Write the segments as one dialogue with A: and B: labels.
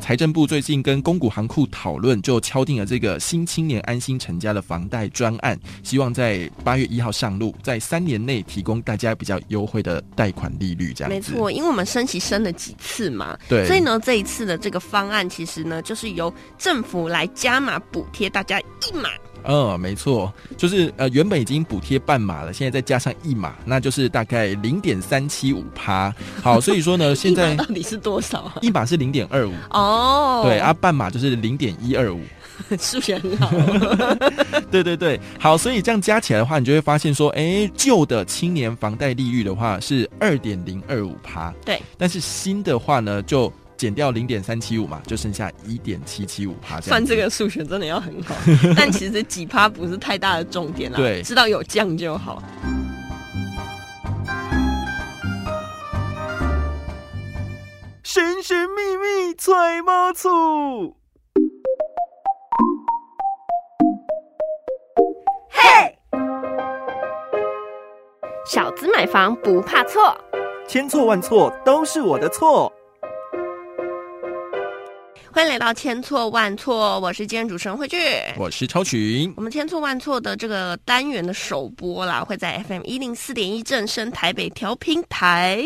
A: 财政部最近跟公股行库讨论，就敲定了这个新青年安心成家的房贷专案，希望在八月一号上路，在三年内提供大家比较优惠的贷款利率，这样
B: 没
A: 子。
B: 错，因为我们升息升了几次嘛，
A: 对
B: 所以呢，这一次的这个方案其实呢，就是由政府来加码补贴大家一码。
A: 嗯，没错，就是呃，原本已经补贴半码了，现在再加上一码，那就是大概零点三七五 趴。好，所以说呢，现
B: 一
A: 在
B: 码到底是多少啊？
A: 一码是零点二五，
B: 哦，
A: 对，啊，半码就是零点一二五。
B: 数学很好。
A: 对对对，好，所以这样加起来的话，你就会发现说，哎，旧的青年房贷利率的话是二点零二五趴，
B: 对，
A: 但是新的话呢，就减掉零点三七五嘛，就剩下一点七七五趴。
B: 算这
A: 个，
B: 个数学真的要很 好，但其实几趴不是太大的重点啦，
A: 对
B: 知道有降就好。
C: 神神秘秘揣猫醋。
B: 小资买房不怕错，
C: 千错万错都是我的错。
B: 欢迎来到千错万错，我是今天主持人慧俊。
A: 我是超群。
B: 我们千错万错的这个单元的首播啦，会在 FM 一零四点一正声台北调频台。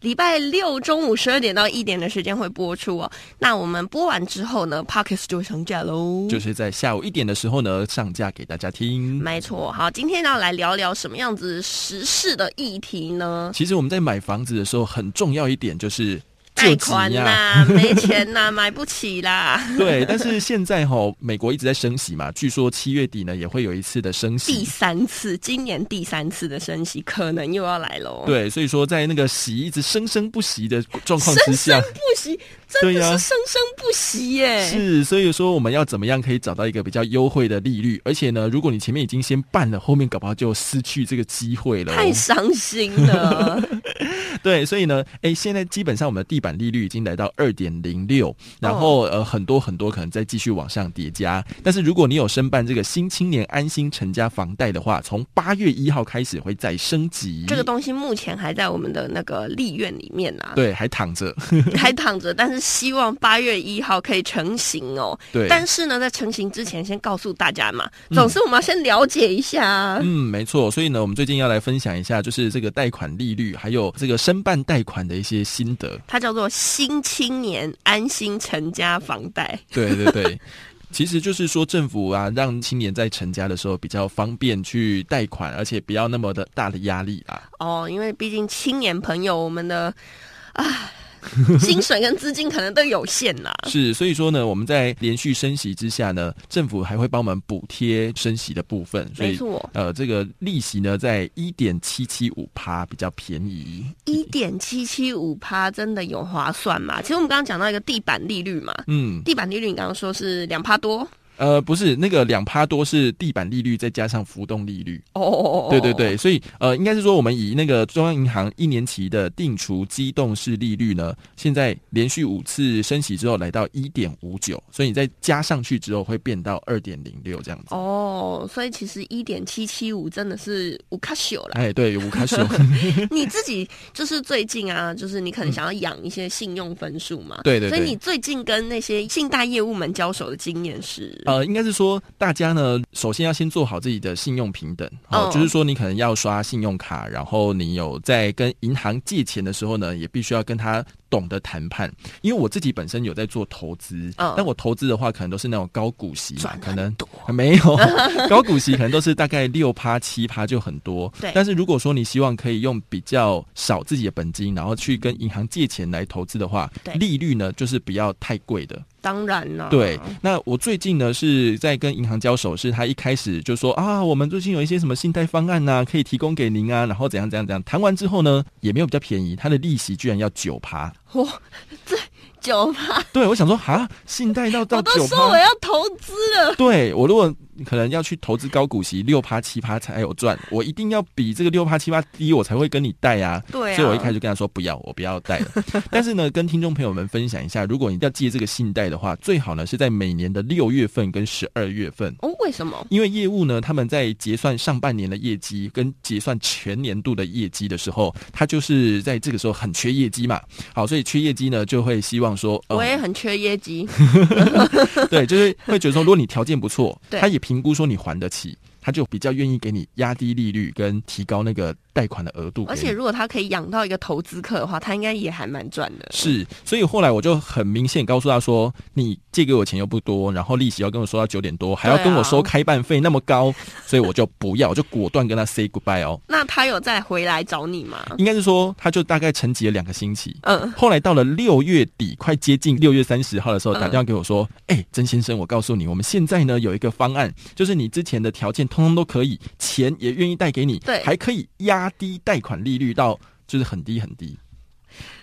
B: 礼拜六中午十二点到一点的时间会播出哦。那我们播完之后呢 p o c k e t 就会上架喽。
A: 就是在下午一点的时候呢，上架给大家听。
B: 没错，好，今天要来聊聊什么样子时事的议题呢？
A: 其实我们在买房子的时候，很重要一点就是啊
B: 贷
A: 救急
B: 款啊
A: 呀、
B: 啦，没钱啦，买不起啦。
A: 对，但是现在哈、美国一直在升息嘛，据说七月底呢也会有一次的升
B: 第
A: 息。
B: 三次，今年第三次的升息可能又要来喽。，
A: 对，所以说在那个息一直生生不息的状况之
B: 生
A: 下
B: 生，哎不息，真
A: 对
B: 的
A: 呀
B: 是生生不息耶。
A: 是，所以说我们要怎么样可以找到一个比较优惠的利率？而且呢，如果你前面已经先办了，后面搞不好就失去这个机会了哦。
B: 太伤心 了，
A: 对，所以呢，哎，现在基本上我们的地板利率已经来到二点零六，然后、呃很多很多可能再继续往上叠加。但是如果你有申办这个新青年安心成家房贷的话，从八月一号开始会再升级。
B: 这个东西目前还在我们的那个立院里面啊，
A: 对还躺着，
B: 还躺着，但是希望八月一号可以成型哦。
A: 对，
B: 但是呢，在成型之前，先告诉大家嘛，总是我们要先了解一下啊。
A: 嗯，没错。所以呢，我们最近要来分享一下，就是这个贷款利率，还有这个申办贷款的一些心得。
B: 它叫做新青年安心成家房贷，
A: 对对对。其实就是说，政府啊，让青年在成家的时候比较方便去贷款，而且不要那么的大的压力啊啦。
B: 哦，因为毕竟青年朋友我们的 啊薪水跟资金可能都有限啦。
A: 是，所以说呢，我们在连续升息之下呢，政府还会帮我们补贴升息的部分，所
B: 没
A: 以
B: 错，
A: 呃，这个利息呢在一点七七五趴，比较便宜。
B: 一点七七五趴真的有划算吗？其实我们刚刚讲到一个地板利率嘛，
A: 嗯，
B: 地板利率你刚刚说是两趴多
A: 呃，不是那个两趴多是地板利率，再加上浮动利率。
B: 哦，
A: 对对对，所以呃，应该是说我们以那个中央银行一年期的定除机动式利率呢，现在连续五次升息之后来到一点五九，所以你再加上去之后会变到二点零六这样子。
B: 哦，所以其实一点七七五真的是五卡朽 了。
A: 哎，对，五开始
B: 你自己就是最近啊，就是你可能想要养一些信用分数嘛，
A: 对对对
B: 所以你最近跟那些信贷业务们交手的经验是，
A: 呃，应该是说大家呢，首先要先做好自己的信用平等哦，
B: 嗯
A: 就是说你可能要刷信用卡，然后你有在跟银行借钱的时候呢，也必须要跟他懂得谈判。因为我自己本身有在做投资，
B: 嗯
A: 但我投资的话可能都是那种高股息嘛
B: 赚，
A: 可能
B: 很多
A: 没 有高股息，可能都是大概六趴七趴就很多。
B: 对
A: 但是如果说你希望可以用比较少自己的本金，然后去跟银行借钱来投资的话
B: 对，
A: 利率呢就是不要太贵的。
B: 当然了，
A: 对，那我最近呢是在跟银行交手，是他一开始就说啊，我们最近有一些什么信贷方案呐、可以提供给您啊，然后怎样怎样怎样。谈完之后呢，也没有比较便宜，他的利息居然要九 趴。
B: 哇，这九趴，
A: 对，我想说哈，信贷到到
B: 我都
A: 九
B: 说我
A: 趴，
B: 要投资了，
A: 对我如果可能要去投资高股息六趴七趴才有赚，我一定要比这个六趴七趴低，我才会跟你贷啊。
B: 对啊
A: 所以我一开始就跟他说不要，我不要贷了。 但是呢，跟听众朋友们分享一下，如果你要借这个信贷的话，最好呢是在每年的六月份跟十二月份。
B: 哦，为什么？
A: 因为业务呢，他们在结算上半年的业绩跟结算全年度的业绩的时候，他就是在这个时候很缺业绩嘛。好，所以缺业绩呢，就会希望 说，嗯
B: 我也很缺业绩，，
A: 对，就是会觉得说，如果你条件不错
B: 对
A: 他也评估说你还得起，他就比较愿意给你压低利率跟提高那个贷款的额度给
B: 而
A: 你。
B: 且如果他可以养到一个投资客的话，他应该也还蛮赚的。
A: 是，所以后来我就很明显告诉他说：“你借给我钱又不多，然后利息要跟我收到九点多，还要
B: 对啊
A: 跟我收开办费那么高，所以我就不要，我就果断跟他 say goodbye 哦。
B: 那他有再回来找你吗？
A: 应该是说，他就大概沉寂了两个星期。
B: 嗯，
A: 后来到了六月底，快接近六月三十号的时候，
B: 嗯
A: 打电话给我说：“哎、曾先生，我告诉你，我们现在呢有一个方案，就是你之前的条件通通都可以，钱也愿意贷给你，
B: 对
A: 还可以压低贷款利率到就是很低很低。”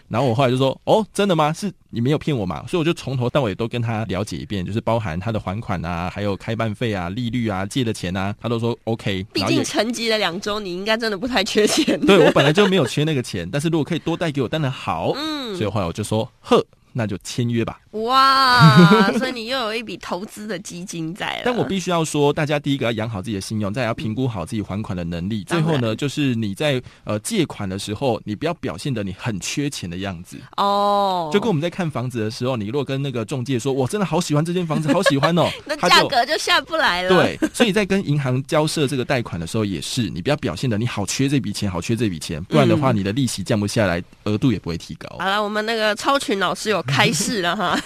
A: 然后我后来就说：“哦，真的吗？是你没有骗我嘛？”所以我就从头到尾都跟他了解一遍，就是包含他的还款啊，还有开办费啊、利率啊、借的钱啊，他都说 OK。
B: 毕
A: 然后也
B: 竟沉寂了两周，你应该真的不太缺 钱。
A: 对我本来就没有缺那个钱，但是如果可以多带给我，当然好。
B: 嗯
A: 所以后来我就说，呵，那就签约吧。
B: 哇，所以你又有一笔投资的基金在了。
A: 但我必须要说，大家第一个要养好自己的信用，再来要评估好自己还款的能力。最
B: 当然
A: 后呢，就是你在呃借款的时候，你不要表现的你很缺钱的样子。
B: 哦，
A: 就跟我们在看房子的时候，你如果跟那个中介说，我真的好喜欢这间房子，好喜欢哦
B: 那，
A: 他
B: 价
A: 就。
B: 格就下不来了。，
A: 对，所以在跟银行交涉这个贷款的时候，也是你不要表现的你好缺这笔钱，好缺这笔钱，不然的话，
B: 嗯
A: 你的利息降不下来，额度也不会提高。
B: 好了，我们那个超群老师有开示了 哈，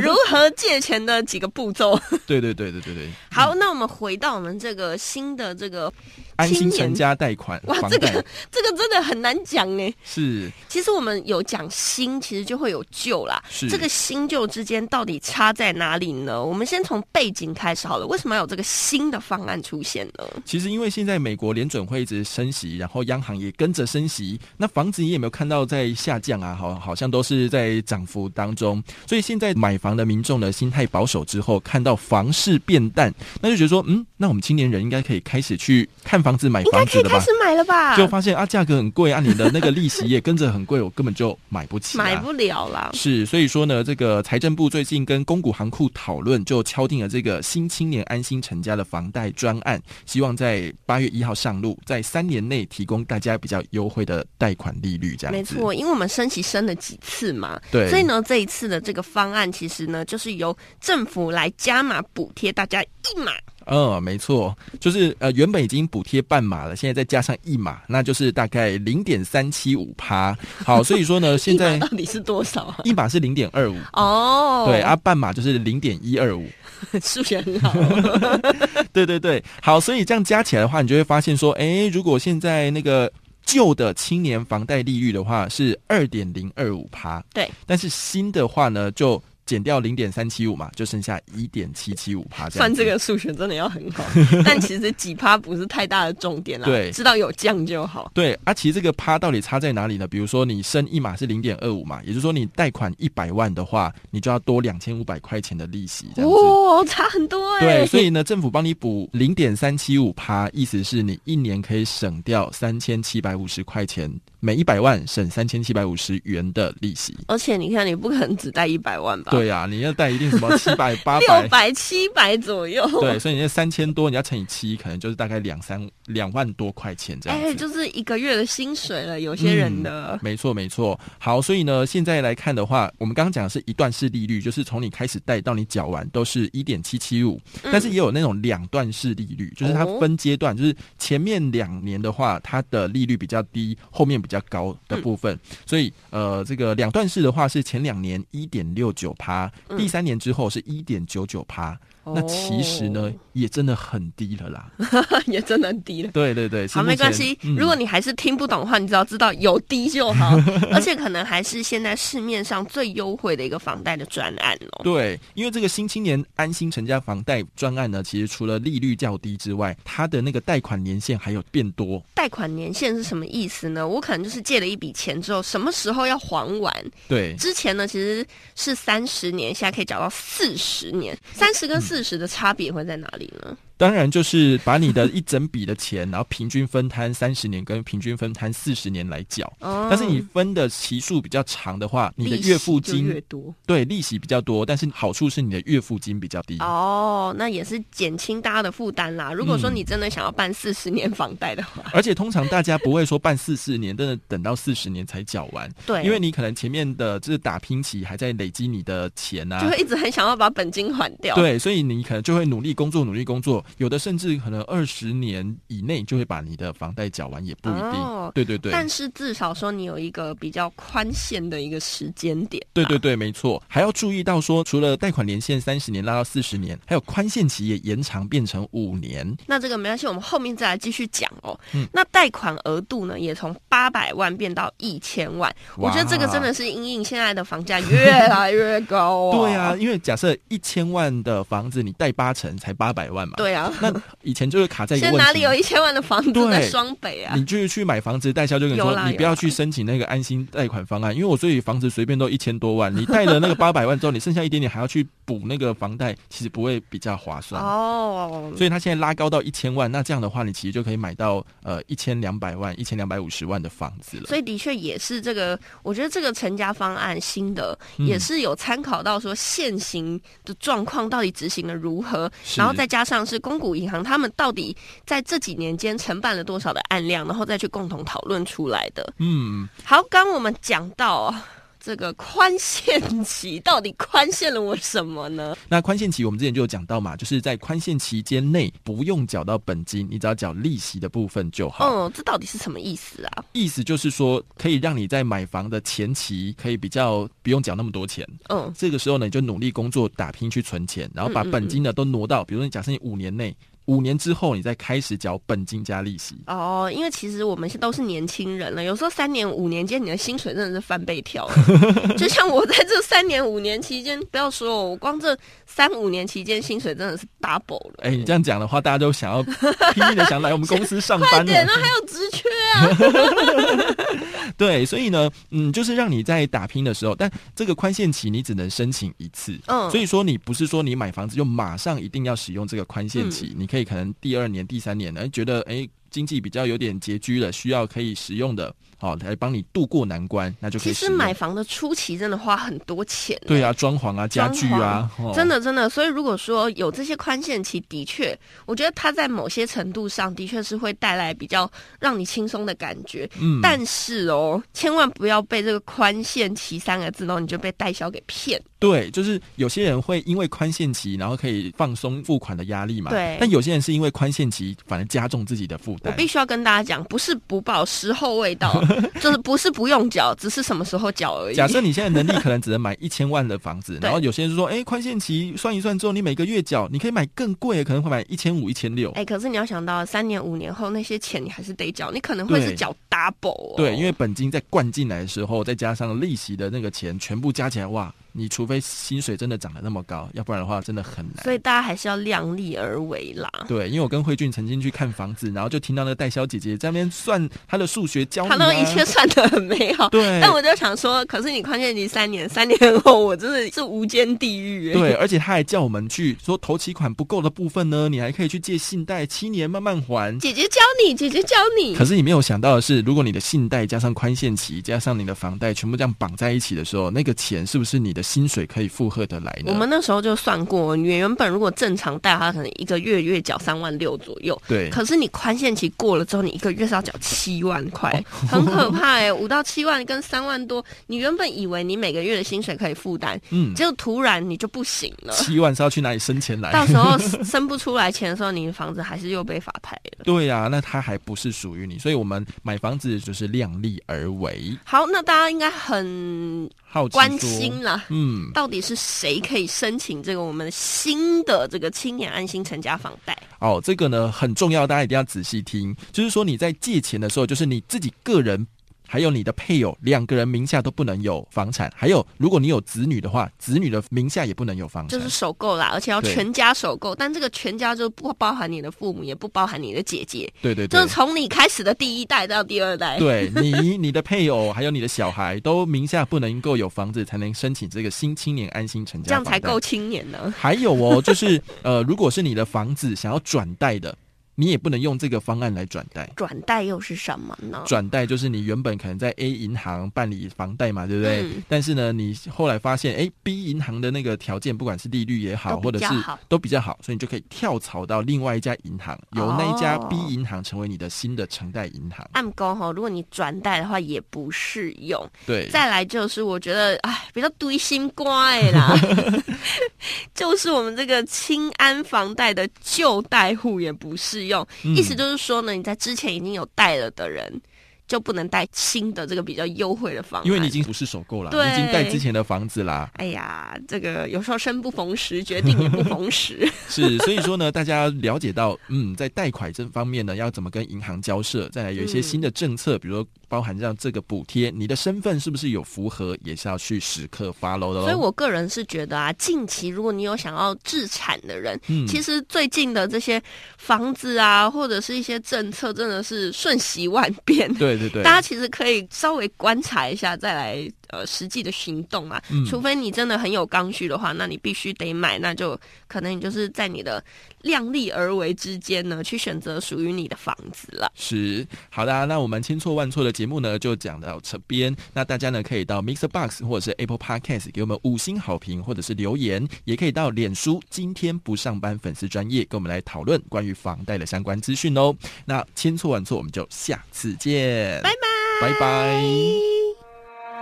B: 如何借钱的几个步骤。
A: 对对对对对对。
B: 好，那我们回到我们这个新的这个
A: 安
B: 青
A: 心
B: 年
A: 成家贷款
B: 哇
A: 房，
B: 这
A: 贷
B: 个这个真的很难讲哎。
A: 是
B: 其实我们有讲新，其实就会有旧啦。
A: 是
B: 这个新旧之间到底差在哪里呢？我们先从背景开始好了。为什么要有这个新的方案出现呢？
A: 其实因为现在美国联准会一直升息，然后央行也跟着升息，那房子你有没有看到在下降啊？好，好像都是在涨幅当中，所以现在买房的民众呢心态保守之后，看到房市变淡，那就觉得说，嗯，那我们青年人应该可以开始去看房子、买
B: 应该
A: 房
B: 可
A: 子
B: 以
A: 的
B: 开
A: 吧
B: 始？买了吧？
A: 就发现啊，价格很贵啊，你的那个利息也跟着很贵，我根本就买不起、啊，
B: 买不了啦。
A: 是，所以说呢，这个财政部最近跟公股行库讨论，就敲定了这个新青年安心成家的房贷专案，希望在八月一号上路，在三年内提供大家比较优惠的贷款利率，这样
B: 没
A: 子。
B: 错，因为我们升息升了几次嘛，
A: 啊对
B: 所以呢，这一次的这个方案其实呢，就是由政府来加码补贴大家一码，
A: 嗯，没错，就是呃，原本已经补贴半码了，现在再加上一码，那就是大概零点三七五趴。好，所以说 呢，现
B: 一
A: 在
B: 码到底是多少啊？
A: 一码是零点二五，
B: 哦，
A: 对，啊，，半码就是零点一二五。
B: 数学很好，
A: 对对对，好，所以这样加起来的话，你就会发现说，诶，如果现在那个旧的青年房贷利率的话是二点零二五趴，
B: 对，
A: 但是新的话呢就。减掉零点三七五嘛，就剩下一点七七五趴。这样
B: 算
A: 子
B: 这个数学真的要很 好，但其实几趴不是太大的重点啦，
A: 对
B: 知道有降就好。
A: 对啊，其实这个趴到底差在哪里呢？比如说你升一码是零点二五嘛，也就是说你贷款一百万的话，你就要多两千五百块钱的利息，这样子。
B: 哦，差很多哎、
A: 对，所以呢，政府帮你补零点三七五趴，意思是你一年可以省掉三千七百五十块钱，每一百万省三千七百五十元的利息。
B: 而且你看，你不可能只贷一百万吧？，
A: 对啊，你要贷一定什 么七百、八
B: 六
A: 百，
B: 百、七百左右。
A: 对，所以你那三千多，你要乘以七，可能就是大概两三两万多块钱这样子。嗯
B: 哎，就是一个月的薪水了，有些人的。
A: 没错，没错。好，所以呢，现在来看的话，我们刚刚讲的是一段式利率，就是从你开始贷到你缴完都是一点七七五，但是也有那种两段式利率，就是它
B: 嗯哦
A: 分阶段，就是前面两年的话，它的利率比较低，后面比较高的部分。
B: 嗯
A: 所以呃，这个两段式的话是前两年一点六九趴，
B: 嗯
A: 第三年之后是一点九九趴。那其实
B: 哦
A: 呢，也真的很低了 啦。
B: 也真的很低了。
A: 对对对，是
B: 好，
A: 目
B: 没关
A: 前
B: 系。
A: 嗯
B: 如果你还是听不懂的话，你只要知道有低就 好，而且可能还是现在市面上最优惠的一个房贷的专案哦。
A: 对，因为这个新青年安心成家房贷专案呢，其实除了利率较低之外，它的那个贷款年限还有变多。
B: 贷款年限是什么意思呢？我可能就是借了一笔钱之后，什么时候要还完？
A: 对，
B: 之前呢其实是三十年，现在可以缴到四十年。三十跟四十的差别会在哪里呢？
A: 当然就是把你的一整笔的钱，然后平均分摊三十年跟平均分摊四十年来缴。
B: 哦
A: 但是你分的期数比较长的话，你的
B: 利息
A: 月付
B: 就
A: 金
B: 越多
A: 对利息比较多，但是好处是你的月付金比较低。
B: 哦，那也是减轻大家的负担啦。如果说
A: 嗯
B: 你真的想要办四十年房贷的话，
A: 而且通常大家不会说办四十年，真的等到四十年才缴完，
B: 对，
A: 因为你可能前面的就是打拼期还在累积你的钱啊
B: 就。会一直很想要把本金还掉。，
A: 对，所以你可能就会努力工作，努力工作，有的甚至可能二十年以内就会把你的房贷缴完，也不一定。
B: 哦
A: 对对对，
B: 但是至少说你有一个比较宽限的一个时间点。
A: 对对。对，没错，还要注意到说，除了贷款年限三十年拉到四十年，还有宽限期也延长变成五年。
B: 那这个没关系，我们后面再来继续讲哦。
A: 嗯
B: 那贷款额度呢，也从八百万变到一千万。我
A: 哇。
B: 觉得这个真的是因应现在的房价越来越高、哦
A: 对啊，，因为假设一千万的房子，你贷八成才八百万嘛。。
B: 对啊。
A: 那以前就是卡在一个
B: 现
A: 问
B: 在
A: 题，
B: 哪里有一千万的房子
A: 对
B: 在双北啊
A: 你？就是去买房子，代销就跟你
B: 有
A: 说，
B: 啦
A: 你
B: 有
A: 不要
B: 啦
A: 去申请那个安心贷款方案，因为我所以房子随便都一千多万，你贷了那个八百万之后，你剩下一点点还要去补那个房贷，其实不会比较划算。
B: 哦，
A: 所以他现在拉高到一千万，那这样的话，你其实就可以买到呃一千两百万、一千两百五十万的房子了。
B: 所以的确也是这个，我觉得这个成家方案新的、
A: 嗯
B: 也是有参考到说现行的状况到底执行的如何，
A: 是
B: 然后再加上是公股银行他们到底在这几年间承办了多少的案量，然后再去共同讨论出来的。
A: 嗯，
B: 好，刚我们讲到。这个宽限期到底宽限了我什么呢？
A: 那宽限期我们之前就有讲到嘛，就是在宽限期间内不用缴到本金，你只要缴利息的部分就好。
B: 嗯，这到底是什么意思啊？
A: 意思就是说，可以让你在买房的前期可以比较不用缴那么多钱。
B: 嗯，
A: 这个时候呢，你就努力工作，打拼去存钱，然后把
B: 嗯嗯
A: 本金呢都挪到，比如说你假设你五年内，五年之后你再开始缴本金加利息。
B: 哦，因为其实我们都是年轻人了，有时候三年五年间，你的薪水真的是翻 倍跳了。就像我在这三年五年期间，不要说哦我光这三五年期间，薪水真的是 double 了。
A: 哎，你这样讲的话，大家都想要 拼命的想来我们公司上班呢
B: 对，。那还有职缺啊？
A: 对，所以呢，嗯，就是让你在打拼的时候，但这个宽限期你只能申请一次。
B: 嗯
A: 所以说你不是说你买房子就马上一定要使用这个宽限期，
B: 嗯
A: 你可以可能第二年、第三年，哎，觉得哎经济比较有点拮据了，需要可以使用的，好、来帮你渡过难关，那就可
B: 其
A: 以
B: 实
A: 使用
B: 买房的初期真的花很多钱。欸
A: 对啊，装潢啊、家
B: 装
A: 具啊，哦
B: 真的真的，所以如果说有这些宽限期，的确，我觉得它在某些程度上的确是会带来比较让你轻松的感觉。
A: 嗯
B: 但是哦，千万不要被这个宽限期三个字，然后你就被代销给骗。
A: 对，就是有些人会因为宽限期，然后可以放松付款的压力嘛。
B: 对
A: 但有些人是因为宽限期，反而加重自己的负
B: 我
A: 担。
B: 必须要跟大家讲，不是不报，时候未到， 就是不是不用缴，只是什么时候缴而已。
A: 假设你现在能力可能只能 买一千万的房子，
B: 对
A: 然后有些人就说，哎、宽限期算一算之后，你每个月缴，你可以买更贵的，可能会买一千五、一千六。
B: 哎、可是你要想到三年五年后那些钱你还是得缴，你可能会
A: 对
B: 是缴 double 哦。
A: 对，因为本金在灌进来的时候，再加上利息的那个钱，全部加起来，哇！你除非薪水真的涨得那么高，要不然的话真的很难。
B: 所以大家还是要量力而为啦。
A: 对，因为我跟慧俊曾经去看房子，然后就听到那个代销姐姐在那边算她的数学教你、
B: 他
A: 啊，
B: 那一切算的很美好，
A: 对
B: 但我就想说，可是你宽限期三年，三年后我真的是无间地狱。欸
A: 对，，而且她还叫我们去说头期款不够的部分呢，你还可以去借信贷，七年慢慢还。
B: 姐姐教你，姐姐教你
A: 可。是你没有想到的是，如果你的信贷加上宽限期，加上你的房贷，全部这样绑在一起的时候，那个钱是不是你的薪水可以负荷得来呢？
B: 我们那时候就算过，你原本如果正常贷，它可能一个月月缴三万六左右。
A: 对
B: 可是你宽限期过了之后，你一个月是要缴七万块，
A: 哦
B: 很可怕哎、五到七万跟三万多，你原本以为你每个月的薪水可以负担，
A: 嗯，
B: 结果突然你就不行了。
A: 七万是要去哪里生钱来？
B: 到时候生不出来钱的时候，你的房子还是又被法拍 了。
A: 对呀、那它还不是属于你，所以我们买房子就是量力而为，
B: 好，那大家应该很
A: 好奇
B: 关
A: 说
B: 心啦。
A: 嗯，
B: 到底是谁可以申请这个我们新的这个青年安心成家房贷？
A: 哦，这个呢很重要，大家一定要仔细听。就是说你在借钱的时候，就是你自己个人。还还有你的配偶两个人名下都不能有房产，还有如果你有子女的话，子女的名下也不能有房
B: 就
A: 产
B: 是。首购啦，而且要
A: 对
B: 全家首购，但这个全家就不包含你的父母，也不包含你的姐姐，
A: 对对
B: 就
A: 对
B: 是。从你开始的第一代到第二代。
A: 对你、你的配偶还有你的小孩都名下不能够有房子，才能申请这个新青年安心成
B: 这
A: 家
B: 样
A: 房贷。
B: 才够青年呢。
A: 还有哦，就是呃，如果是你的房子想要转贷的，你也不能用这个方案来转贷。
B: 转贷又是什么呢？
A: 转贷就是你原本可能在 A 银行办理房贷嘛，对不对？
B: 嗯
A: 但是呢，你后来发现，哎，B 银行的那个条件，不管是利率也好，
B: 都
A: 或
B: 比
A: 者是
B: 较好
A: 都比较好，所以你就可以跳槽到另外一家银行，由那一家
B: 哦
A: B 银行成为你的新的承贷银行。
B: 按工哈，如果你转贷的话也不适用。
A: 对，
B: 再来就是我觉得，哎，比较堆心怪 啦， 就是我们这个清安房贷的旧贷户也不适用。
A: 嗯
B: 意思就是说呢，你在之前已经有贷了的人，就不能贷新的这个比较优惠的方案，
A: 因为你已经不是首购了，
B: 对
A: 你已经贷之前的房子啦。
B: 哎呀，这个有时候生不逢时，决定 也不逢时。
A: 是，所以说呢，大家了解到，嗯，在贷款这方面呢，要怎么跟银行交涉，再来有一些
B: 嗯
A: 新的政策，比如说包含让这个补贴，你的身份是不是有符合，也是要去时刻 follow 的喽。
B: 所以我个人是觉得啊，近期如果你有想要置产的人，
A: 嗯
B: 其实最近的这些房子啊，或者是一些政策，真的是瞬息万变。
A: 对对对，
B: 大家其实可以稍微观察一下，再来呃实际的行动啊。
A: 嗯
B: 除非你真的很有刚需的话，那你必须得买，那就可能你就是在你的量力而为之间呢，去选择属于你的房子了。
A: 是好的啊、那我们千错万错的节目呢，就讲到这边。那大家呢，可以到 Mixer Box 或者是 Apple Podcast 给我们五星好评，或者是留言，也可以到脸书今天不上班粉丝专业跟我们来讨论关于房贷的相关资讯哦。那千错万错，我们就下次见，
B: 拜
A: 拜，拜拜。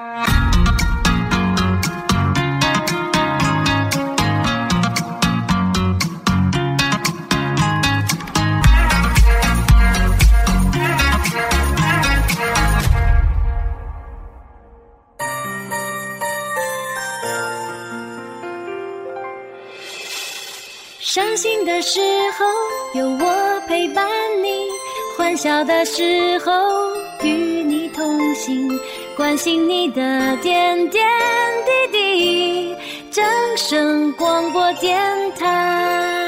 D: 伤心的时候有我陪伴你，欢笑的时候与你同行，关心你的点点滴滴。掌声广播电台。